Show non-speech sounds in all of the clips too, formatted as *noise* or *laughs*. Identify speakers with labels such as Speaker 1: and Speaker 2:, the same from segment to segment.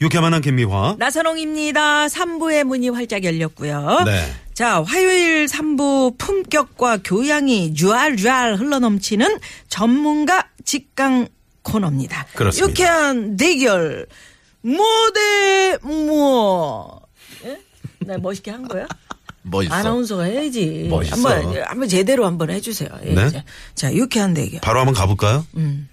Speaker 1: 유쾌만한 김미화.
Speaker 2: 나선홍입니다. 3부의 문이 활짝 열렸고요.
Speaker 1: 네.
Speaker 2: 자, 화요일 3부 품격과 교양이 쥬알쥬알 흘러넘치는 전문가 직강 코너입니다.
Speaker 1: 그렇습니다.
Speaker 2: 유쾌한 대결 모대 뭐. 예? 나 멋있게
Speaker 1: *laughs*
Speaker 2: 한 거야?
Speaker 3: 멋있어.
Speaker 2: 아나운서가 해야지.
Speaker 3: 멋있어.
Speaker 2: 한번 한번 제대로 한번 해주세요. 예,
Speaker 1: 네?
Speaker 2: 이제. 자, 유쾌한 대결.
Speaker 1: 바로 한번 가볼까요?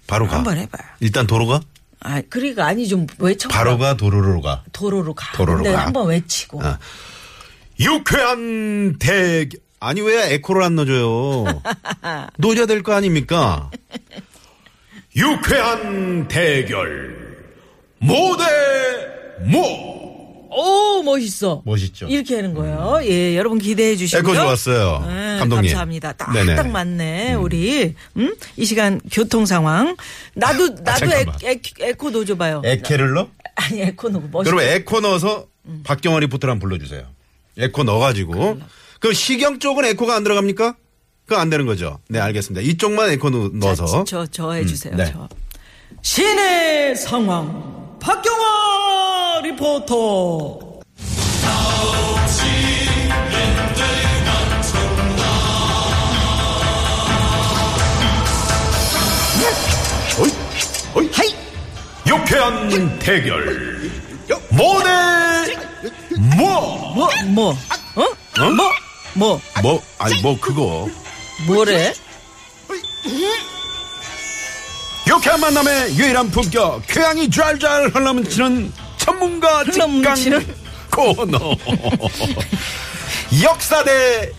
Speaker 1: 바로 가.
Speaker 2: 음. 한번 해봐요.
Speaker 1: 일단 도로가?
Speaker 2: 아, 그러니까 아니 좀 외쳐.
Speaker 1: 바로 가, 도로로 가.
Speaker 2: 도로로 가.
Speaker 1: 도로로
Speaker 2: 근데
Speaker 1: 가.
Speaker 2: 한번 외치고.
Speaker 1: 아. 유쾌한 대결. 아니, 왜 에코를 안
Speaker 2: *laughs*
Speaker 1: 넣어줘요? 넣어줘야 될 거 아닙니까? 유쾌한 대결. 모대 모.
Speaker 2: 오 멋있어.
Speaker 1: 멋있죠. 음.
Speaker 2: 이렇게 하는 거예요. 예, 여러분 기대해 주시고요.
Speaker 1: 에코 좋았어요.
Speaker 2: 네,
Speaker 1: 감독님.
Speaker 2: 감사합니다. 딱,
Speaker 1: 네네.
Speaker 2: 딱 맞네, 우리. 음? 이 시간 교통 상황.
Speaker 1: *laughs*
Speaker 2: 나도, 나도 에,
Speaker 1: 잠깐만.
Speaker 2: 에, 에코 넣어줘봐요.
Speaker 1: 에케를 넣어?
Speaker 2: 아니, 에코 넣고 멋있어.
Speaker 1: 여러분 에코 넣어서 박경화 리포터를 한번 불러주세요. 에코 넣어가지고 그럼 시경 쪽은 에코가 안 들어갑니까? 그거 안 되는 거죠. 네 알겠습니다. 이쪽만 에코 넣- 넣어서
Speaker 2: 저, 저 해주세요.
Speaker 1: 음, 네.
Speaker 2: 저. 시내 상황. 박경화 리포터. 뭐,
Speaker 1: 어이, 어이. 유쾌한 대결 모델 뭐?
Speaker 2: 뭐, 뭐, 어?
Speaker 1: 어?
Speaker 2: 뭐, 뭐,
Speaker 1: 뭐? 아니 뭐 그거 *laughs*
Speaker 2: 뭐래?
Speaker 1: 유쾌한 만남의 유일한 품격 쾌양이 좔좔 흘러넘치는 전문가 직강
Speaker 2: 흘러넘치는?
Speaker 1: 코너 뭐 *laughs* 역사 대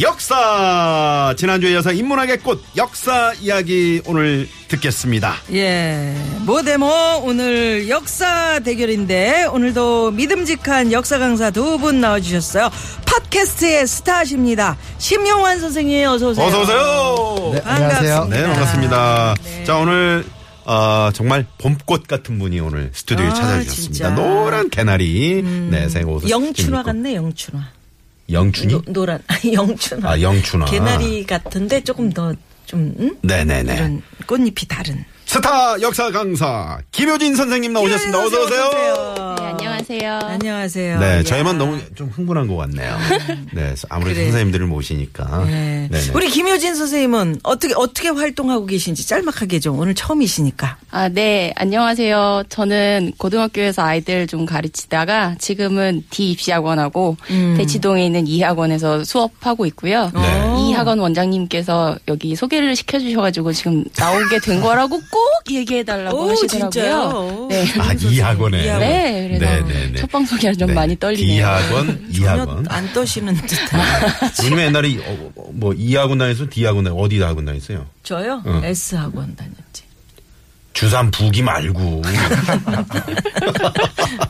Speaker 1: 역사 지난주에 이어서 인문학의 꽃 역사 이야기 오늘 듣겠습니다
Speaker 2: 예, 뭐대모 오늘 역사 대결인데 오늘도 믿음직한 역사 강사 두 분 나와주셨어요. 팟캐스트의 스타십니다. 심영환 선생님 어서 오세요.
Speaker 1: 어서 오세요 네,
Speaker 2: 반갑습니다. 네.
Speaker 1: 반갑습니다 자 오늘 어, 정말 봄꽃 같은 분이 오늘 스튜디오에
Speaker 2: 아,
Speaker 1: 찾아주셨습니다
Speaker 2: 진짜. 음,
Speaker 1: 노란 개나리 네 생옷
Speaker 2: 영춘화 같네 영춘화.
Speaker 1: 영춘이
Speaker 2: 노, 노란 *laughs* 아니, 영춘화.
Speaker 1: 아, 영춘화.
Speaker 2: 개나리 같은데 조금 더 좀. 응?
Speaker 1: 네네네
Speaker 2: 이런 꽃잎이 다른.
Speaker 1: 스타 역사 강사 김효진 선생님
Speaker 2: 예,
Speaker 1: 나오셨습니다. 어서 오세요.
Speaker 4: 안녕하세요.
Speaker 2: 안녕하세요.
Speaker 1: 네,
Speaker 2: 이야.
Speaker 1: 저희만 너무 좀 흥분한 것
Speaker 2: *laughs*
Speaker 1: 같네요. 네, 아무래도
Speaker 2: 그래.
Speaker 1: 선생님들을 모시니까.
Speaker 2: 네.
Speaker 1: 네네.
Speaker 2: 우리 김효진 선생님은 어떻게 어떻게 활동하고 계신지 짤막하게 좀 오늘 처음이시니까.
Speaker 4: 아, 네, 안녕하세요. 저는 고등학교에서 아이들 좀 가르치다가 지금은 D 입시학원하고
Speaker 2: 음.
Speaker 4: 대치동에 있는 이 학원에서 수업하고 있고요.
Speaker 2: 어.
Speaker 1: 네.
Speaker 4: 이 학원 원장님께서 여기 소개를 시켜주셔가지고 지금 나오게
Speaker 2: *laughs*
Speaker 4: 된 거라고 꼭 얘기해달라고
Speaker 2: 오,
Speaker 4: 하시더라고요.
Speaker 2: 진짜요?
Speaker 4: 네.
Speaker 1: 아, 이 학원에.
Speaker 2: 이 학원.
Speaker 4: 네, 그래서
Speaker 1: 네네네.
Speaker 4: 첫 방송이라 좀
Speaker 1: 네.
Speaker 4: 많이 떨리네요.
Speaker 1: 이 학원, 어. 이
Speaker 2: *laughs* 전혀
Speaker 1: 학원.
Speaker 2: 안 떠시는
Speaker 1: *laughs*
Speaker 2: 듯한.
Speaker 1: 요즘에 옛날에 이- 어, 어, 뭐, 이 학원 다녔어? D 학원 다녔어? 어디 학원 다녔어요?
Speaker 2: 저요?
Speaker 1: 응.
Speaker 2: S 학원 다녔지.
Speaker 1: 주산 부기
Speaker 2: *laughs*
Speaker 1: 말고.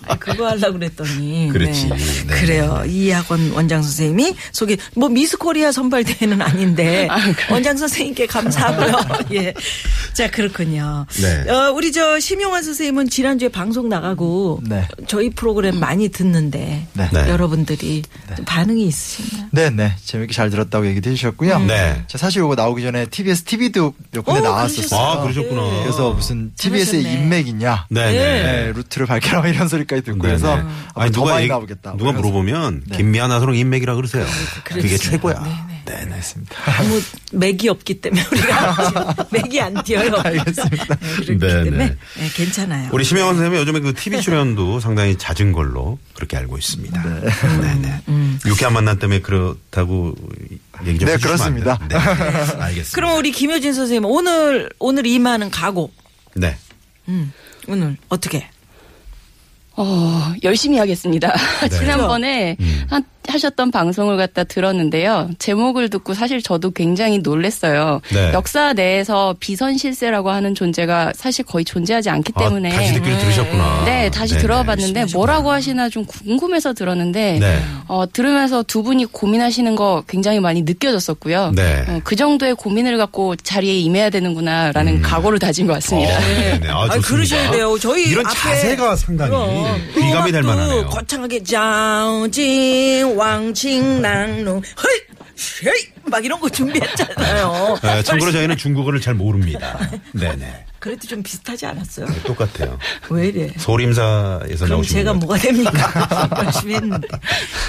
Speaker 2: 아, 그거 하려고 그랬더니.
Speaker 1: 그렇지.
Speaker 2: 네.
Speaker 1: 네.
Speaker 2: 그래요. 이 학원 원장 선생님이 소개, 뭐 미스 코리아 선발대회는
Speaker 5: *laughs*
Speaker 2: 아닌데. 원장 선생님께 감사하고요. *laughs* 예. 자, 그렇군요.
Speaker 1: 네.
Speaker 2: 어, 우리 저 심용환 선생님은 지난주에 방송 나가고.
Speaker 5: 네.
Speaker 2: 저희 프로그램 많이 듣는데.
Speaker 5: 네.
Speaker 1: 네.
Speaker 2: 여러분들이 반응이 있으신가요?
Speaker 5: 네네 재밌게 잘 들었다고 얘기 해주셨고요.
Speaker 1: 네.
Speaker 5: 저 사실 이거 나오기 전에 TBS TV도 몇 군데
Speaker 2: 오,
Speaker 5: 나왔었어요.
Speaker 1: 아,
Speaker 2: 예,
Speaker 1: 그러셨구나.
Speaker 5: 그래서 무슨 TBS의
Speaker 2: 잘하셨네.
Speaker 5: 인맥 있냐?
Speaker 1: 네네.
Speaker 5: 네, 루트를 밝혀라 이런 소리까지 듣고 *laughs*
Speaker 1: 네네.
Speaker 5: 해서 아니 누가 많이
Speaker 1: 얘기-
Speaker 5: 나오겠다.
Speaker 1: 누가
Speaker 5: 그래서 네.
Speaker 1: 물어보면 김미아 나서롱 인맥이라 그러세요. 그게 최고야. 네네.
Speaker 5: 알겠습니다.
Speaker 2: 아무 맥이 없기 때문에
Speaker 5: *laughs*
Speaker 2: 우리가 맥이 안 뛰어요.
Speaker 5: 알겠습니다.
Speaker 2: 네, 그렇기
Speaker 1: 네,
Speaker 2: 때문에
Speaker 1: 네.
Speaker 2: 네, 괜찮아요.
Speaker 1: 우리 심영원 선생님은 요즘에 그 TV 출연도 상당히 잦은 걸로 그렇게 알고 있습니다. 네.
Speaker 5: *laughs*
Speaker 1: 네 유쾌한 만남 때문에 그렇다고 얘기 좀
Speaker 5: 음. 네,
Speaker 1: 해주시면 안 돼요?
Speaker 5: *laughs* 그렇습니다.
Speaker 1: 네, 네. 알겠습니다.
Speaker 2: 그럼 우리 김효진 선생님 오늘 오늘 이만은 가고
Speaker 1: 네.
Speaker 2: 음, 오늘 어떻게?
Speaker 1: 네. 그렇죠. 음.
Speaker 4: 어, 열심히 하겠습니다. *laughs* 지난번에 하- 하셨던 방송을 갖다 들었는데요. 제목을 듣고 사실 저도 굉장히 놀랐어요.
Speaker 1: 네.
Speaker 4: 역사 내에서 비선실세라고 하는 존재가 사실 거의 존재하지 않기 때문에
Speaker 1: 아, 다시 듣기를 들으셨구나.
Speaker 4: 네, 다시
Speaker 1: 네네.
Speaker 4: 들어봤는데 뭐라고 하시나 좀 궁금해서 들었는데
Speaker 1: 네.
Speaker 4: 어, 들으면서 두 분이 고민하시는 거 굉장히 많이 느껴졌었고요.
Speaker 1: 네.
Speaker 4: 어, 그 정도의 고민을 갖고 자리에 임해야 되는구나라는
Speaker 1: 음.
Speaker 4: 각오를 다진 것 같습니다.
Speaker 1: 어, 네, 네. 아,
Speaker 2: 아니,
Speaker 1: 좋습니다.
Speaker 2: 그러셔야 돼요. 저희
Speaker 1: 이런
Speaker 2: 앞에-
Speaker 1: 자세가 상당히
Speaker 2: 그럼.
Speaker 1: 귀감이 될
Speaker 2: 음악도
Speaker 1: 만하네요.
Speaker 2: 거창하게 장징 왕칭 낭농 헤이 헤이 막 이런
Speaker 1: *laughs*
Speaker 2: 거 준비했잖아요.
Speaker 1: 네, 참고로 저희는 중국어를 잘
Speaker 2: *laughs*
Speaker 1: 모릅니다. 네네.
Speaker 2: 그래도 좀 비슷하지 않았어요?
Speaker 1: 네, 똑같아요.
Speaker 2: 왜 이래?
Speaker 1: 소림사에서
Speaker 2: 그럼
Speaker 1: 나오신
Speaker 2: 제가
Speaker 1: 분. *laughs*
Speaker 2: 뭐가 됩니까? 열심히 했는데.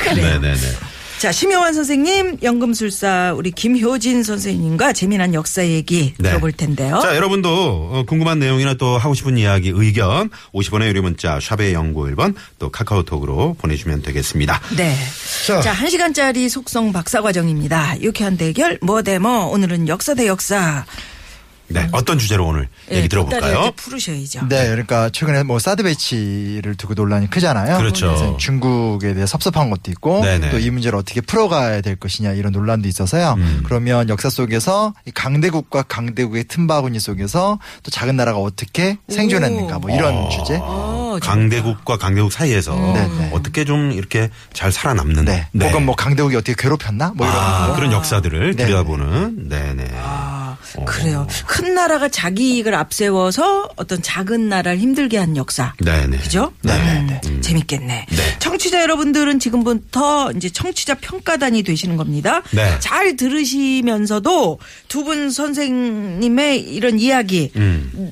Speaker 2: 그래요.
Speaker 1: 네네네.
Speaker 2: 자, 심영환 선생님, 연금술사 우리 김효진 선생님과 재미난 역사 얘기
Speaker 1: 네.
Speaker 2: 들어볼 텐데요.
Speaker 1: 자, 여러분도 어, 궁금한 내용이나 또 하고 싶은 이야기, 의견 50원의 유료 문자 샵의 091번 또 카카오톡으로 보내주면 되겠습니다.
Speaker 2: 네.
Speaker 1: 자.
Speaker 2: 자, 한 시간짜리 속성 박사 과정입니다. 유쾌한 대결, 뭐 대 뭐, 오늘은 역사 대 역사.
Speaker 1: 네, 어떤 주제로 오늘
Speaker 2: 예,
Speaker 1: 얘기 들어볼까요?
Speaker 2: 뒷다리한테 풀으셔야죠.
Speaker 5: 네, 그러니까 최근에 뭐 사드 배치를 두고 논란이 크잖아요.
Speaker 1: 그렇죠.
Speaker 5: 그래서 중국에 대해 섭섭한 것도 있고
Speaker 1: 네네.
Speaker 5: 또 이 문제를 어떻게 풀어가야 될 것이냐 이런 논란도 있어서요.
Speaker 1: 음.
Speaker 5: 그러면 역사 속에서 이 강대국과 강대국의 틈바구니 속에서 또 작은 나라가 어떻게 생존했는가 뭐 이런 주제.
Speaker 2: 어,
Speaker 1: 강대국과 강대국 사이에서
Speaker 2: 음,
Speaker 5: 네네.
Speaker 1: 어떻게 좀 이렇게 잘 살아남는
Speaker 5: 네. 혹은 뭐 강대국이 어떻게 괴롭혔나 뭐 이런
Speaker 1: 아,
Speaker 5: 거.
Speaker 1: 그런 역사들을
Speaker 5: 네네.
Speaker 1: 들여다보는 네네.
Speaker 2: 아, 그래요.
Speaker 1: 어.
Speaker 2: 큰 나라가 자기 이익을 앞세워서 어떤 작은 나라를 힘들게 한 역사.
Speaker 1: 네네.
Speaker 2: 그죠?
Speaker 1: 네.
Speaker 2: 음, 재밌겠네. 청취자 여러분들은 지금부터 이제 청취자 평가단이 되시는 겁니다.
Speaker 1: 네.
Speaker 2: 잘 들으시면서도 두 분 선생님의 이런 이야기,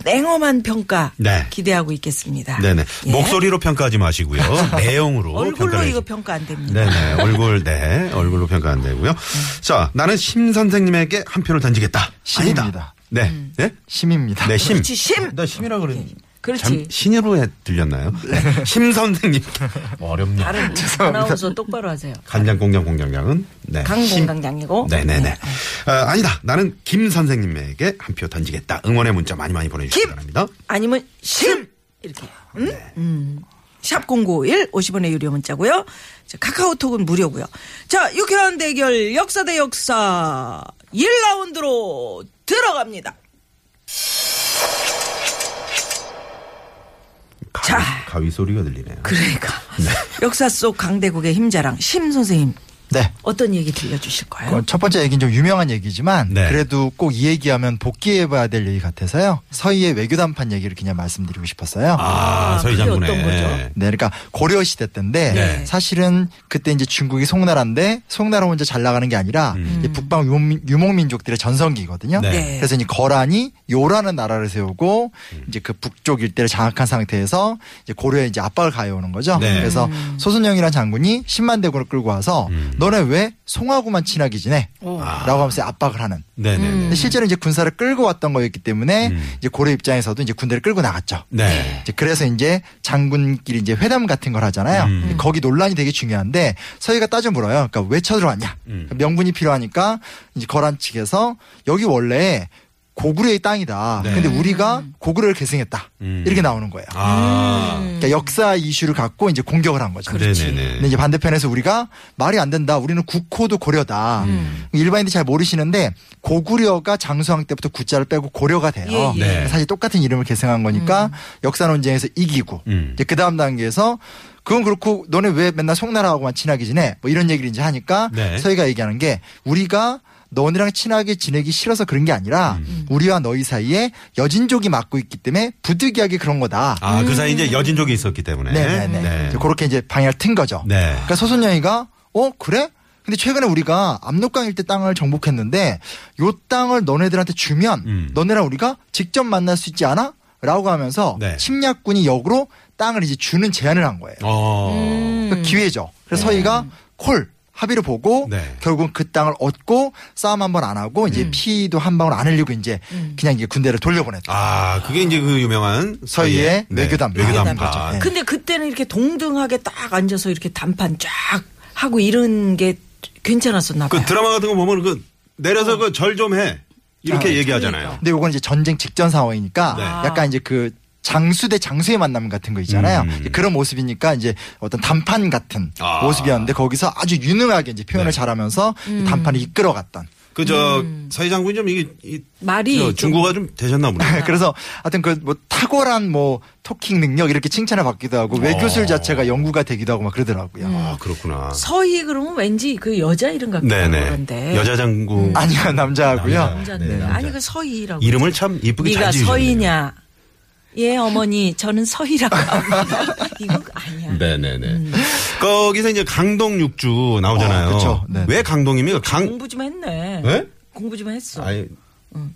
Speaker 2: 냉엄한 평가
Speaker 1: 음. 네.
Speaker 2: 기대하고 있겠습니다.
Speaker 1: 네네.
Speaker 2: 예.
Speaker 1: 목소리로 평가하지
Speaker 2: *laughs*
Speaker 1: 마시고요. 내용으로
Speaker 2: 얼굴로
Speaker 1: 평가를
Speaker 2: 이거
Speaker 1: 해주-
Speaker 2: 평가 안 됩니다.
Speaker 1: 네네. 얼굴, 네. 얼굴로 평가 안 되고요. 자, 나는 심 선생님에게 한 표를 던지겠다.
Speaker 5: 심입니다.
Speaker 1: 아니다. 네. 네?
Speaker 5: 심입니다.
Speaker 1: 네, 심.
Speaker 2: 음. 그렇지, 심. 예,
Speaker 1: 나 심이라 그래.
Speaker 2: 그렇지.
Speaker 1: 참 신으로 해 들렸나요? 네. *laughs* 심 선생님.
Speaker 2: 뭐
Speaker 1: 어렵네. *laughs*
Speaker 2: 다른 아나운서 똑바로 하세요.
Speaker 1: 간장 공장 공장장은 네. 심.
Speaker 2: 강공강장이고. 예.
Speaker 1: 네네네. 어, 아니다. 나는 김 선생님에게 한 표 던지겠다. 응원의 문자 많이 많이 보내주시기
Speaker 2: 김!
Speaker 1: 바랍니다.
Speaker 2: 아니면 심 이렇게 응?
Speaker 1: 네.
Speaker 2: 음. 샵 0951, 50원의 유료 문자고요. 자, 카카오톡은 무료고요. 자, 유쾌한 대결 역사 대 역사 1라운드로 들어갑니다.
Speaker 1: 가위,
Speaker 2: 자.
Speaker 1: 가위 소리가 들리네요.
Speaker 2: 그러니까 역사 속 강대국의 힘자랑 심 선생님
Speaker 5: 네.
Speaker 2: 어떤 얘기 들려주실 거예요?
Speaker 5: 어, 첫 번째 얘기는 좀 유명한 얘기지만
Speaker 1: 네.
Speaker 5: 그래도 꼭 이 얘기하면 복귀해봐야 될 얘기 같아서요. 서희의 외교 담판 얘기를 그냥 말씀드리고 싶었어요.
Speaker 1: 아, 서희
Speaker 2: 그게
Speaker 1: 장군의.
Speaker 2: 어떤 거죠?
Speaker 5: 네, 그러니까 고려 시대 때인데
Speaker 1: 네.
Speaker 5: 사실은 그때 이제 중국이 송나라인데 송나라 혼자 잘 나가는 게 아니라 이 북방 유목민, 유목민족들의 전성기거든요.
Speaker 1: 음. 네.
Speaker 2: 네.
Speaker 5: 그래서 이 거란이 요라는 나라를 세우고
Speaker 1: 음.
Speaker 5: 이제 그 북쪽 일대를 장악한 상태에서 이제 고려에 이제 압박을 가해오는 거죠.
Speaker 1: 네.
Speaker 5: 그래서 소순영이라는 장군이 10만 대군을 끌고 와서
Speaker 1: 음.
Speaker 5: 너네 왜 송하고만 친하게 지내? 라고 하면서 압박을 하는.
Speaker 1: 네네네.
Speaker 2: 음.
Speaker 5: 근데 실제로 이제 군사를 끌고 왔던 거였기 때문에
Speaker 1: 음.
Speaker 5: 이제 고려 입장에서도 이제 군대를 끌고 나갔죠.
Speaker 1: 네.
Speaker 5: 이제 그래서 이제 장군끼리 이제 회담 같은 걸 하잖아요.
Speaker 1: 음.
Speaker 5: 거기 논란이 되게 중요한데 서희가 따져 물어요. 그러니까 왜 쳐들어왔냐?
Speaker 1: 음.
Speaker 5: 명분이 필요하니까 이제 거란 측에서 여기 원래 고구려의 땅이다.
Speaker 1: 네.
Speaker 5: 근데 우리가 고구려를 계승했다.
Speaker 1: 음.
Speaker 5: 이렇게 나오는 거예요.
Speaker 1: 아.
Speaker 2: 음.
Speaker 5: 그러니까 역사 이슈를 갖고 이제 공격을 한 거죠.
Speaker 1: 네네네.
Speaker 5: 근데 이제 반대편에서 우리가 말이 안 된다. 우리는 국호도 고려다.
Speaker 2: 음.
Speaker 5: 일반인들이 잘 모르시는데 고구려가 장수왕 때부터 구자를 빼고 고려가 돼요.
Speaker 2: 예, 음.
Speaker 1: 예. 네.
Speaker 5: 사실 똑같은 이름을 계승한 거니까 역사 논쟁에서 이기고
Speaker 1: 음.
Speaker 5: 이제 그 다음 단계에서 그건 그렇고 너네 왜 맨날 송나라하고만 친하게 지내? 뭐 이런 얘기를 이제 하니까
Speaker 1: 네.
Speaker 5: 서희가 얘기하는 게 우리가 너네랑 친하게 지내기 싫어서 그런 게 아니라
Speaker 1: 음.
Speaker 5: 우리와 너희 사이에 여진족이 막고 있기 때문에 부득이하게 그런 거다.
Speaker 1: 아, 그 사이 이제 여진족이 있었기 때문에.
Speaker 5: 음. 네네네.
Speaker 1: 네.
Speaker 5: 이제 그렇게 이제 방향을 튼 거죠.
Speaker 1: 네.
Speaker 5: 그러니까 서순영이가 어 그래? 근데 최근에 우리가 압록강 일대 땅을 정복했는데 요 땅을 너네들한테 주면
Speaker 1: 음.
Speaker 5: 너네랑 우리가 직접 만날 수 있지 않아? 라고 하면서
Speaker 1: 네.
Speaker 5: 침략군이 역으로 땅을 이제 주는 제안을 한 거예요.
Speaker 1: 어.
Speaker 2: 음.
Speaker 5: 그러니까 기회죠. 그래서 서희가 콜 합의를 보고
Speaker 1: 네.
Speaker 5: 결국은 그 땅을 얻고 싸움 한 번 안 하고 이제 피도 한 방울 안 흘리고 이제 그냥 이제 군대를 돌려보냈다.
Speaker 1: 아, 그게 이제 그 유명한
Speaker 5: 서희의
Speaker 1: 네,
Speaker 5: 외교담판.
Speaker 1: 외교담판. 아,
Speaker 5: 네.
Speaker 2: 근데 그때는 이렇게 동등하게 딱 앉아서 이렇게 단판 쫙 하고 이런 게 괜찮았었나 봐요.
Speaker 1: 그 드라마 같은 거 보면 그 내려서 그 절 좀 해. 이렇게 얘기하잖아요.
Speaker 5: 근데 요건 이제 전쟁 직전 상황이니까
Speaker 1: 네.
Speaker 5: 약간 이제 그 장수 대 장수의 만남 같은 거 있잖아요.
Speaker 1: 음.
Speaker 5: 이제 그런 모습이니까 이제 어떤 단판 같은
Speaker 1: 아.
Speaker 5: 모습이었는데 거기서 아주 유능하게 이제
Speaker 1: 네.
Speaker 5: 표현을 잘하면서 그 단판을 이끌어갔던
Speaker 1: 그저
Speaker 5: 음.
Speaker 1: 서희 장군 좀 이게 이,
Speaker 2: 말이
Speaker 1: 저
Speaker 2: 좀-
Speaker 1: 중고가 좀 되셨나 보네.
Speaker 5: *laughs* 그래서 하여튼 그 뭐 탁월한 뭐 토킹 능력 이렇게 칭찬을 받기도 하고
Speaker 1: 어.
Speaker 5: 외교술 자체가 연구가 되기도 하고 막 그러더라고요.
Speaker 1: 아 그렇구나.
Speaker 2: 서희 그러면 왠지 그 여자 이름 같은
Speaker 1: 네네.
Speaker 2: 건데.
Speaker 1: 여자 장군
Speaker 5: 아니요 남자고요.
Speaker 2: 남잔데.
Speaker 1: 네, 남자.
Speaker 2: 아니 그 서희라고.
Speaker 1: 이름을 참 이쁘게
Speaker 2: 네가
Speaker 1: 잘 지으셨네요.
Speaker 2: 서희냐? 예 어머니 저는 서희라고 *laughs* 합니다. 이거 아니야.
Speaker 1: 네네네. 거기서 이제 강동 육주 나오잖아요.
Speaker 5: 어, 음. 그쵸. 네네. 음.
Speaker 1: 왜 강동입니까? 강
Speaker 2: 공부 좀 했네.
Speaker 1: 예?
Speaker 2: 공부 좀 했어.
Speaker 1: 아니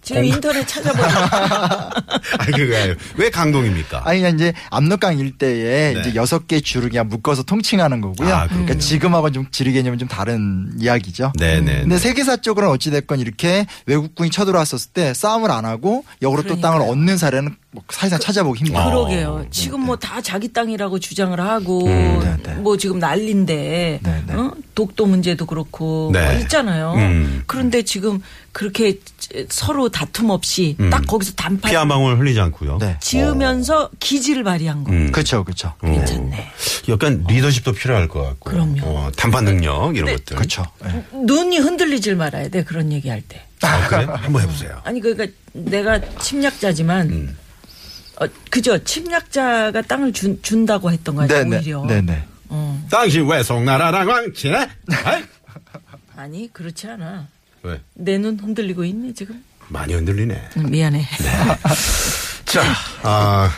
Speaker 2: 지금
Speaker 1: 공부-
Speaker 2: 인터넷 찾아보니까
Speaker 1: 아니 그거 아니에요. 왜 강동입니까?
Speaker 5: 아니 그냥 이제 압록강 일대에
Speaker 1: 네.
Speaker 5: 이제 여섯 개 주를 그냥 묶어서 통칭하는 거고요.
Speaker 1: 아, 그렇군요.
Speaker 5: 그러니까 지금하고 좀 지리 개념은 좀 다른 이야기죠.
Speaker 1: 네네.
Speaker 5: 근데 세계사 쪽으로는 어찌됐건 이렇게 외국군이 쳐들어왔었을 때 싸움을 안 하고 역으로 또 땅을 얻는 사례는 뭐 사실상 찾아보기 힘들어요.
Speaker 2: 그 그러게요. 지금 뭐 다 자기 땅이라고 주장을 하고
Speaker 1: 네,
Speaker 5: 네.
Speaker 2: 뭐 지금 난리인데
Speaker 5: 네, 네.
Speaker 2: 어? 독도 문제도 그렇고
Speaker 1: 네.
Speaker 2: 뭐 있잖아요.
Speaker 1: 음.
Speaker 2: 그런데 지금 그렇게 서로 다툼 없이
Speaker 1: 음.
Speaker 2: 딱 거기서 단판
Speaker 1: 피 한 방울 흘리지 않고요.
Speaker 5: 네.
Speaker 2: 지으면서 기지를 발휘한 거.
Speaker 1: 어. 음.
Speaker 5: 그렇죠, 그렇죠.
Speaker 1: 어. 약간 리더십도 필요할 것 같고.
Speaker 2: 그럼요.
Speaker 1: 어, 단판 능력 이런 것들.
Speaker 5: 그렇죠.
Speaker 2: 어,
Speaker 5: 예.
Speaker 2: 눈이 흔들리질 말아야 돼 그런 얘기할 때.
Speaker 1: 아, 그래? 한번 해보세요.
Speaker 2: 아니 그러니까 내가 침략자지만
Speaker 1: 음.
Speaker 2: 어, 그죠 침략자가 땅을 준, 준다고 했던 거아니
Speaker 5: 네,
Speaker 2: 요
Speaker 5: 네,
Speaker 2: 오히려
Speaker 5: 네, 네.
Speaker 1: 당신 왜 송나라랑 왕치네? 아이?
Speaker 2: 아니 그렇지 않아
Speaker 1: 왜?
Speaker 2: 내 눈 흔들리고 있니 지금
Speaker 1: 많이 흔들리네.
Speaker 2: 음, 미안해
Speaker 1: 자, 아,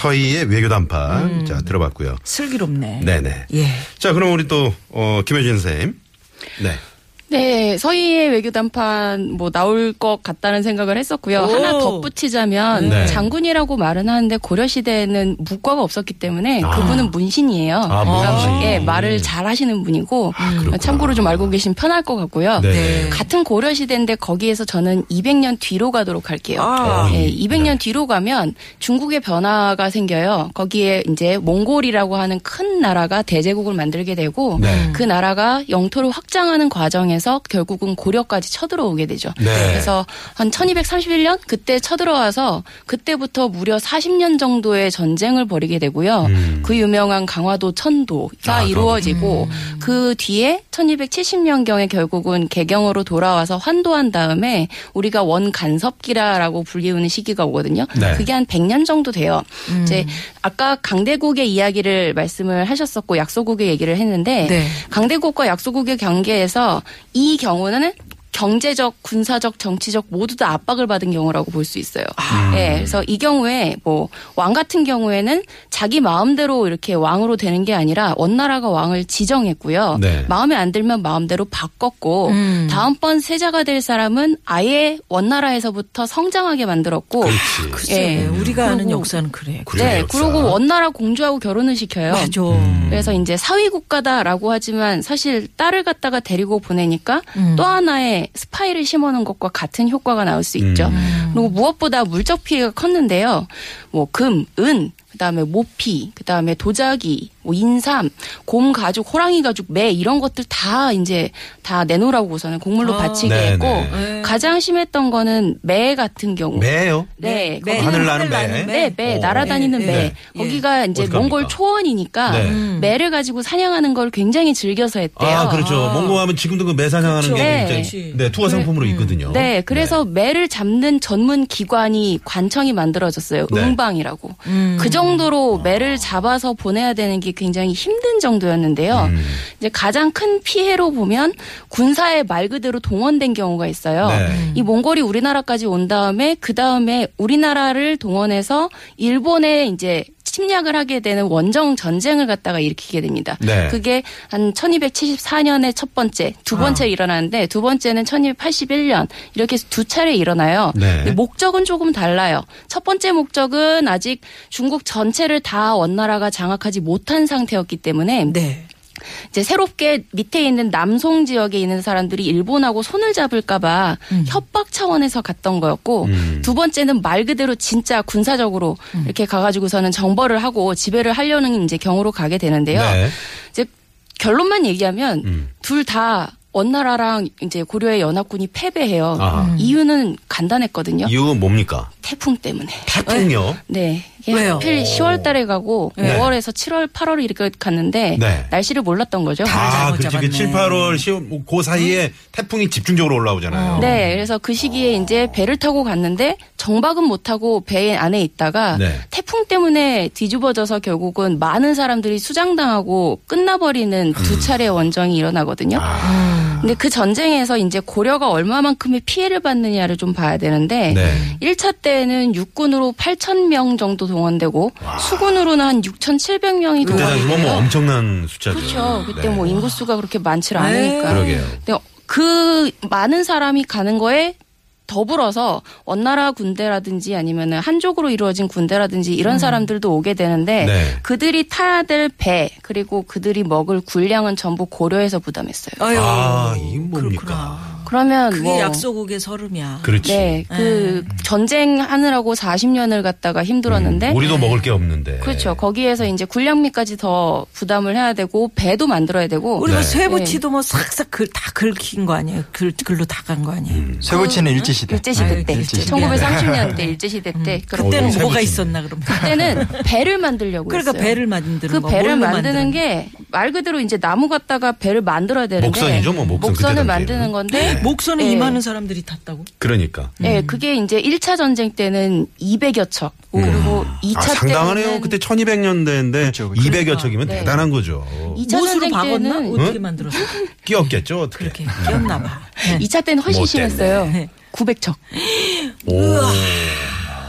Speaker 1: 서희의 외교 단판. 자, 들어봤고요.
Speaker 2: 슬기롭네
Speaker 1: 네네.
Speaker 2: 예
Speaker 1: 자, 그럼 우리 또, 어, 김효진 선생님. 네.
Speaker 4: 네, 서희의 외교 단판 뭐 나올 것 같다는 생각을 했었고요.
Speaker 2: 오.
Speaker 4: 하나 덧붙이자면
Speaker 1: 네.
Speaker 4: 장군이라고 말은 하는데 고려 시대에는 무과가 없었기 때문에 그분은 문신이에요.
Speaker 1: 아, 문신. 아,
Speaker 4: 예, 말을 잘하시는 분이고
Speaker 1: 그렇구나.
Speaker 4: 참고로 좀 알고 계시면 편할 것 같고요.
Speaker 1: 네.
Speaker 4: 같은 고려 시대인데 거기에서 저는 200년 뒤로 가도록 할게요.
Speaker 2: 아.
Speaker 1: 네.
Speaker 4: 예, 200년 뒤로 가면 중국의 변화가 생겨요. 거기에 이제 몽골이라고 하는 큰 나라가 대제국을 만들게 되고
Speaker 1: 네.
Speaker 4: 그 나라가 영토를 확장하는 과정에서 결국은 고려까지 쳐들어오게 되죠.
Speaker 1: 네.
Speaker 4: 그래서 한 1231년 그때 쳐들어와서 그때부터 무려 40년 정도의 전쟁을 벌이게 되고요.
Speaker 1: 음.
Speaker 4: 그 유명한 강화도 천도가
Speaker 1: 아,
Speaker 4: 이루어지고 그 뒤에 1270년경에 결국은 개경으로 돌아와서 환도한 다음에 우리가 원간섭기라라고 불리우는 시기가 오거든요.
Speaker 1: 네.
Speaker 4: 그게 한 100년 정도 돼요. 이제 아까 강대국의 이야기를 말씀을 하셨었고 약소국의 얘기를 했는데
Speaker 2: 네.
Speaker 4: 강대국과 약소국의 경계에서 이 경우는 경제적, 군사적, 정치적 모두 다 압박을 받은 경우라고 볼 수 있어요.
Speaker 1: 아.
Speaker 4: 예, 그래서 이 경우에 뭐 왕 같은 경우에는 자기 마음대로 이렇게 왕으로 되는 게 아니라 원나라가 왕을 지정했고요.
Speaker 1: 네.
Speaker 4: 마음에 안 들면 마음대로 바꿨고 다음번 세자가 될 사람은 아예 원나라에서부터 성장하게 만들었고
Speaker 1: 그렇지.
Speaker 2: 글쎄
Speaker 4: 예.
Speaker 1: 음.
Speaker 2: 우리가 아는
Speaker 4: 그리고-
Speaker 2: 역사는 그래
Speaker 4: 네,
Speaker 1: 역사.
Speaker 4: 그리고 원나라 공주하고 결혼을 시켜요.
Speaker 2: 맞아
Speaker 1: 음.
Speaker 4: 그래서 이제 사위 국가다라고 하지만 사실 딸을 갖다가 데리고 보내니까
Speaker 1: 음.
Speaker 4: 또 하나의 스파이를 심어놓은 것과 같은 효과가 나올 수 있죠.
Speaker 1: 음.
Speaker 4: 그리고 무엇보다 물적 피해가 컸는데요. 뭐 금, 은, 그다음에 모피, 그다음에 도자기, 뭐 인삼, 곰 가죽, 호랑이 가죽, 매 이런 것들 다 이제 다 내놓으라고서는 곡물로
Speaker 2: 아.
Speaker 4: 바치게
Speaker 1: 네네.
Speaker 4: 했고
Speaker 2: 네.
Speaker 4: 가장 심했던 거는 매 같은 경우.
Speaker 1: 매요?
Speaker 4: 네,
Speaker 2: 매.
Speaker 4: 거기는
Speaker 1: 하늘나는 매.
Speaker 2: 하늘나는
Speaker 4: 네, 매
Speaker 1: 오.
Speaker 4: 날아다니는
Speaker 2: 예,
Speaker 4: 매.
Speaker 2: 예.
Speaker 4: 거기가 이제
Speaker 1: 네. 어떡합니까?
Speaker 4: 몽골 초원이니까
Speaker 1: 네.
Speaker 4: 매를 가지고 사냥하는 걸 굉장히 즐겨서 했대요.
Speaker 1: 아, 그렇죠. 몽고하면 지금도 그 매사냥하는
Speaker 2: 그렇죠.
Speaker 1: 게
Speaker 4: 네.
Speaker 1: 굉장히 네, 투어 상품으로 있거든요.
Speaker 4: 네, 그래서 매를 잡는 전문 기관이 관청이 만들어졌어요.
Speaker 1: 네.
Speaker 4: 응방이라고.
Speaker 2: 음.
Speaker 4: 그 정도로 매를 잡아서 보내야 되는 게 굉장히 힘든
Speaker 1: 네.
Speaker 4: 정도였는데요.
Speaker 1: 음.
Speaker 4: 이제 가장 큰 피해로 보면 군사에 말 그대로 동원된 경우가 있어요.
Speaker 1: 네.
Speaker 4: 이 몽골이 우리나라까지 온 다음에 그 다음에 우리나라를 동원해서 일본에 이제 침략을 하게 되는 원정 전쟁을 갖다가 일으키게 됩니다.
Speaker 1: 네.
Speaker 4: 그게 한 1274년에 첫 번째,
Speaker 1: 아.
Speaker 4: 두 번째 일어나는데 두 번째는 1281년 이렇게 해서 두 차례 일어나요.
Speaker 1: 네.
Speaker 4: 근데 목적은 조금 달라요. 첫 번째 목적은 아직 중국 전체를 다 원나라가 장악하지 못한 상태였기 때문에
Speaker 2: 네
Speaker 4: 이제 새롭게 밑에 있는 남송 지역에 있는 사람들이 일본하고 손을 잡을까봐
Speaker 2: 음.
Speaker 4: 협박 차원에서 갔던 거였고
Speaker 1: 음.
Speaker 4: 뭐, 두 번째는 말 그대로 진짜 군사적으로
Speaker 2: 음.
Speaker 4: 이렇게 가가지고서는 정벌을 하고 지배를 하려는 이제 경우로 가게 되는데요.
Speaker 1: 네. 음.
Speaker 4: 이제 결론만 얘기하면 둘 다 원나라랑 이제 고려의 연합군이 패배해요.
Speaker 1: 아하.
Speaker 2: 음.
Speaker 4: 이유는 간단했거든요.
Speaker 1: 이유는 뭡니까?
Speaker 4: 태풍 때문에.
Speaker 1: 태풍요.
Speaker 4: 네. 이게
Speaker 2: 왜요?
Speaker 4: 하필 10월 달에 가고
Speaker 1: 네.
Speaker 4: 5월에서 7월, 8월 이렇게 갔는데
Speaker 1: 네.
Speaker 4: 날씨를 몰랐던 거죠.
Speaker 1: 아,
Speaker 2: 잘못
Speaker 1: 그치. 그
Speaker 2: 잡았네.
Speaker 1: 7, 8월, 10, 그 사이에 태풍이 집중적으로 올라오잖아요.
Speaker 4: 네, 그래서 그 시기에 이제 배를 타고 갔는데 정박은 못 타고 배 안에 있다가
Speaker 1: 네.
Speaker 4: 태풍 때문에 뒤집어져서 결국은 많은 사람들이 수장당하고 끝나버리는
Speaker 1: 음.
Speaker 4: 두 차례 원정이 일어나거든요.
Speaker 1: 아.
Speaker 4: 근데 그 전쟁에서 이제 고려가 얼마만큼의 피해를 받느냐를 좀 봐야 되는데
Speaker 1: 네.
Speaker 4: 1차 때는 육군으로 8,000명 정도 동원되고 수군으로는 한 6,700명이
Speaker 1: 그때는 뭐, 뭐
Speaker 4: 동원돼요.
Speaker 1: 엄청난 숫자죠.
Speaker 4: 그렇죠. 그때
Speaker 1: 네.
Speaker 4: 뭐 인구수가 그렇게 많지
Speaker 2: 네.
Speaker 4: 않으니까.
Speaker 1: 그러게요.
Speaker 4: 근데 그 많은 사람이 가는 거에 더불어서 원나라 군대라든지 아니면 한족으로 이루어진 군대라든지 이런 사람들도 오게 되는데
Speaker 1: 네.
Speaker 4: 그들이 타야 될 배 그리고 그들이 먹을 군량은 전부 고려에서 부담했어요.
Speaker 2: 아유,
Speaker 1: 아, 이 뭡니까?
Speaker 2: 그렇구나.
Speaker 4: 그러면
Speaker 2: 그게
Speaker 4: 뭐
Speaker 2: 약소국의 서름이야.
Speaker 1: 그렇지.
Speaker 4: 네, 그 전쟁하느라고 40년을 갖다가 힘들었는데
Speaker 1: 음, 우리도 뭐- 먹을 게 없는데.
Speaker 4: 그렇죠. 거기에서 이제 군량미까지 더 부담을 해야 되고 배도 만들어야 되고
Speaker 2: 우리 뭐
Speaker 1: 네.
Speaker 2: 쇠붙이도 뭐 싹싹 글, 다 긁힌 거 아니에요? 글, 글로 다 간 거 아니에요?
Speaker 1: 음.
Speaker 5: 쇠고치는 일제시대.
Speaker 4: 네. 일제시대 때,
Speaker 5: 일제시대.
Speaker 4: 1930년대 일제시대
Speaker 2: 음,
Speaker 4: 때 그런
Speaker 2: 그때는
Speaker 1: 쇠붙이.
Speaker 2: 뭐가 있었나 그러면?
Speaker 4: 그때는 배를 만들려고
Speaker 2: 그러니까
Speaker 4: 했어요.
Speaker 2: 배를 만드는
Speaker 4: 그
Speaker 2: 거.
Speaker 4: 배를
Speaker 2: 뭘로
Speaker 4: 만드는 게 말 그대로 이제 나무 갖다가 배를 만들어야 되는데
Speaker 1: 목선이죠, 뭐 목선. 그때 당시에는.
Speaker 4: 목선을 만드는 건데
Speaker 2: 목선에
Speaker 4: 네.
Speaker 2: 임하는 사람들이 탔다고?
Speaker 1: 그러니까.
Speaker 4: 네,
Speaker 2: 음.
Speaker 4: 그게 이제 1차 전쟁 때는 200여 척. 그리고 2차
Speaker 1: 아, 상당하네요.
Speaker 4: 때는
Speaker 1: 그때 1200년대인데
Speaker 2: 그렇죠,
Speaker 1: 200여 척이면
Speaker 4: 네.
Speaker 1: 대단한 거죠.
Speaker 4: 2차
Speaker 2: 못으로
Speaker 4: 전쟁
Speaker 2: 박았나?
Speaker 4: 때는
Speaker 2: 어떻게 만들었어?
Speaker 1: 끼었겠죠, 어떻게.
Speaker 2: 그렇게 끼었나 봐.
Speaker 1: 음.
Speaker 2: 네.
Speaker 4: 2차 때는 훨씬
Speaker 1: 못 됐네. 네.
Speaker 4: 심했어요. 900척.
Speaker 1: 오.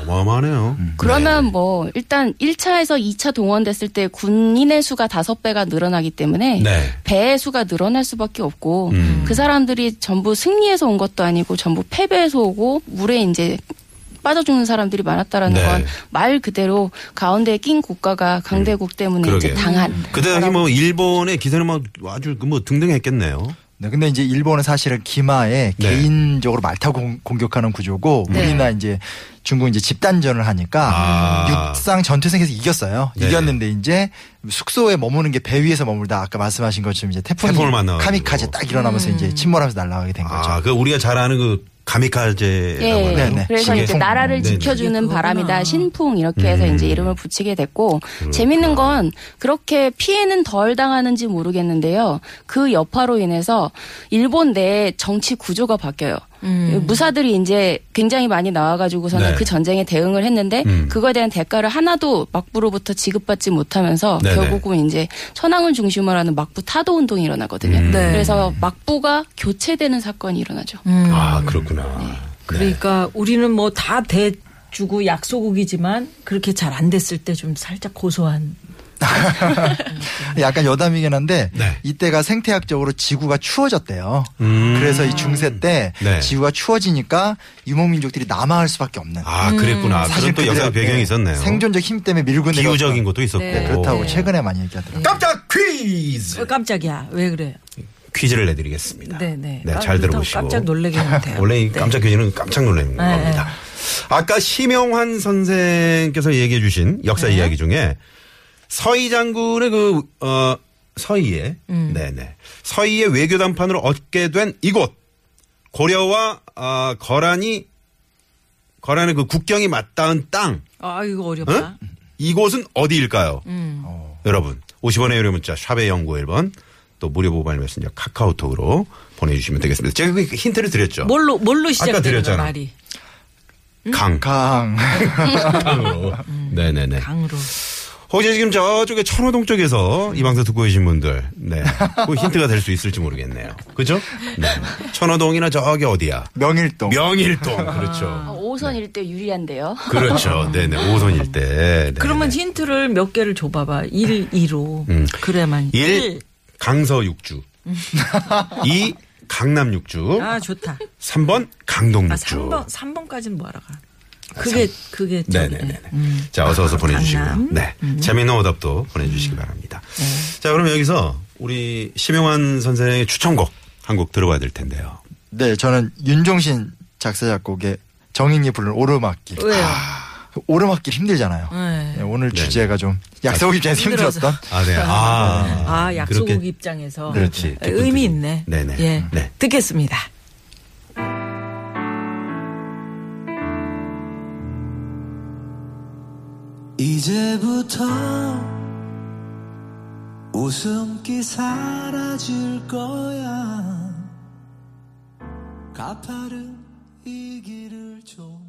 Speaker 1: 어마어마하네요.
Speaker 5: 음.
Speaker 4: 그러면 뭐 일단 1차에서 2차 동원됐을 때 군인의 수가 5배가 늘어나기 때문에
Speaker 1: 네.
Speaker 4: 배의 수가 늘어날 수밖에 없고
Speaker 1: 음.
Speaker 4: 그 사람들이 전부 승리해서 온 것도 아니고 전부 패배해서 오고 물에 이제 빠져 죽는 사람들이 많았다라는
Speaker 1: 네.
Speaker 4: 건 말 그대로 가운데 낀 국가가 강대국 때문에 이제
Speaker 1: 그러게요.
Speaker 4: 당한
Speaker 5: 음.
Speaker 1: 그때 당시 뭐 일본의 기세는 막 아주 그뭐 등등했겠네요.
Speaker 5: 네, 근데 이제 일본은 사실은 기마에
Speaker 1: 네.
Speaker 5: 개인적으로 말 타고 공- 공격하는 구조고
Speaker 4: 네.
Speaker 5: 우리나 이제 중국 이제 집단전을 하니까
Speaker 1: 아.
Speaker 5: 육상 전투생에서 이겼어요.
Speaker 1: 네.
Speaker 5: 이겼는데 이제 숙소에 머무는 게 배 위에서 머물다 아까 말씀하신 것처럼 이제 태풍이
Speaker 1: 태풍을 만나가지고.
Speaker 5: 카미카제 딱 일어나면서 이제 침몰하면서 날아가게 된 거죠.
Speaker 1: 아, 그 우리가 잘 아는 그 가미카제라고
Speaker 4: 예,
Speaker 1: 하나요?
Speaker 5: 네, 그렇죠. 네네.
Speaker 4: 그래서
Speaker 5: 신풍.
Speaker 4: 이제 나라를
Speaker 1: 네네. 음.
Speaker 4: 지켜주는
Speaker 2: 그게 그거구나.
Speaker 4: 바람이다 신풍 이렇게 해서 이제 이름을 붙이게 됐고
Speaker 1: 그렇구나.
Speaker 4: 재밌는 건 그렇게 피해는 덜 당하는지 모르겠는데요 그 여파로 인해서 일본 내 정치 구조가 바뀌어요 음. 무사들이 이제 굉장히 많이 나와가지고서는
Speaker 1: 네.
Speaker 4: 그 전쟁에 대응을 했는데
Speaker 1: 음.
Speaker 4: 그거에 대한 대가를 하나도 막부로부터 지급받지 못하면서
Speaker 1: 네네.
Speaker 4: 결국은 이제 천황을 중심으로 하는 막부 타도 운동이 일어나거든요
Speaker 1: 음.
Speaker 2: 네.
Speaker 4: 그래서 막부가 교체되는 사건이 일어나죠.
Speaker 2: 음.
Speaker 1: 아, 그렇구나. 네.
Speaker 2: 그러니까 우리는 뭐 다 대주고 약소국이지만 그렇게 잘 안 됐을 때 좀 살짝 고소한.
Speaker 5: 약간 여담이긴 한데
Speaker 1: 네.
Speaker 5: 이때가 생태학적으로 지구가 추워졌대요.
Speaker 1: 음.
Speaker 5: 그래서 이 중세 때
Speaker 1: 네.
Speaker 5: 지구가 추워지니까 유목민족들이 남아할 수밖에 없는.
Speaker 1: 아, 그랬구나. 그런 또
Speaker 5: 그들의
Speaker 1: 역사 배경이
Speaker 5: 예,
Speaker 1: 있었네요.
Speaker 5: 생존적 힘 때문에 밀고 내려.
Speaker 1: 비유적인 것도 있었고.
Speaker 5: 네, 그렇다고 최근에 많이 얘기하더라고요.
Speaker 1: 깜짝 퀴즈!
Speaker 2: 어, 깜짝이야. 왜 그래?
Speaker 1: 퀴즈를 내드리겠습니다.
Speaker 2: 네네.
Speaker 1: 네,
Speaker 2: 아,
Speaker 1: 잘
Speaker 2: 그렇다고
Speaker 1: 들어보시고.
Speaker 2: 깜짝
Speaker 1: *laughs*
Speaker 2: 놀라게 하면 돼요.
Speaker 1: 예. 원래 이
Speaker 2: 네.
Speaker 1: 깜짝 퀴즈는 깜짝 놀라는
Speaker 2: 네.
Speaker 1: 겁니다. 아까 심영환 선생께서 얘기해 주신
Speaker 2: 네.
Speaker 1: 역사 이야기 중에 서희 장군의 그, 어, 서희의,
Speaker 2: 음.
Speaker 1: 네네. 서희의 외교 담판으로 얻게 된 이곳. 고려와, 아, 거란이, 거란의 그 국경이 맞닿은 땅.
Speaker 2: 아, 이거
Speaker 1: 응?
Speaker 2: 어렵다.
Speaker 1: 이곳은 어디일까요?
Speaker 2: 음.
Speaker 1: 여러분, 50원의 유료 문자 샵의 0951번 또 무료 모바일 메신저 카카오톡으로 보내주시면 되겠습니다. 제가 그 힌트를 드렸죠.
Speaker 2: 뭘로, 뭘로 시작되는 거야,
Speaker 1: 드렸잖아.
Speaker 2: 말이?
Speaker 1: 강.
Speaker 5: 강. *laughs*
Speaker 1: 강으로. 음. 네네네.
Speaker 2: 강으로.
Speaker 1: 혹시 지금 저쪽에 천호동 쪽에서 이 방송 듣고 계신 분들, 네. 그 힌트가 될 수 있을지 모르겠네요. 그죠? 네. 천호동이나 저기 어디야?
Speaker 5: 명일동.
Speaker 1: 명일동. 그렇죠.
Speaker 4: 5선 일대 유리한데요.
Speaker 1: 그렇죠. 네네. 5선일 때. 네네.
Speaker 2: 그러면 힌트를 몇 개를 줘봐봐. 1, 2로.
Speaker 1: 음.
Speaker 2: 그래야만.
Speaker 1: 1. 강서 육주. 2. 강남 육주.
Speaker 2: 아, 좋다.
Speaker 1: 3번 강동
Speaker 2: 아,
Speaker 1: 육주.
Speaker 2: 3번, 3번까지는 뭐 알아가. 그게, 그게. 저기네. 음. 아,
Speaker 1: 네네네. 자, 어서 어서 보내주시고요.
Speaker 2: 강남. 음. 네.
Speaker 1: 네. 재미있는 오답도 보내주시기 바랍니다. 자, 그럼 여기서 우리 심영환 선생의 추천곡 한 곡 들어봐야 될 텐데요.
Speaker 5: 네, 저는 윤종신 작사 작곡의 정인이 부른 오르막길.
Speaker 2: 왜요?
Speaker 1: 아.
Speaker 5: 오르막길 힘들잖아요.
Speaker 2: 네.
Speaker 5: 네, 오늘 주제가 좀 약속 입장에서
Speaker 2: 힘들어서.
Speaker 5: 힘들었던.
Speaker 1: 아, 네. 아.
Speaker 2: 아, 약소국
Speaker 1: 그렇게-
Speaker 2: 입장에서.
Speaker 1: 그렇지.
Speaker 2: 의미 있네.
Speaker 1: 네네.
Speaker 2: 예.
Speaker 1: 네.
Speaker 2: 듣겠습니다.
Speaker 6: 이제부터 웃음기 사라질 거야 가파른 이 길을 좀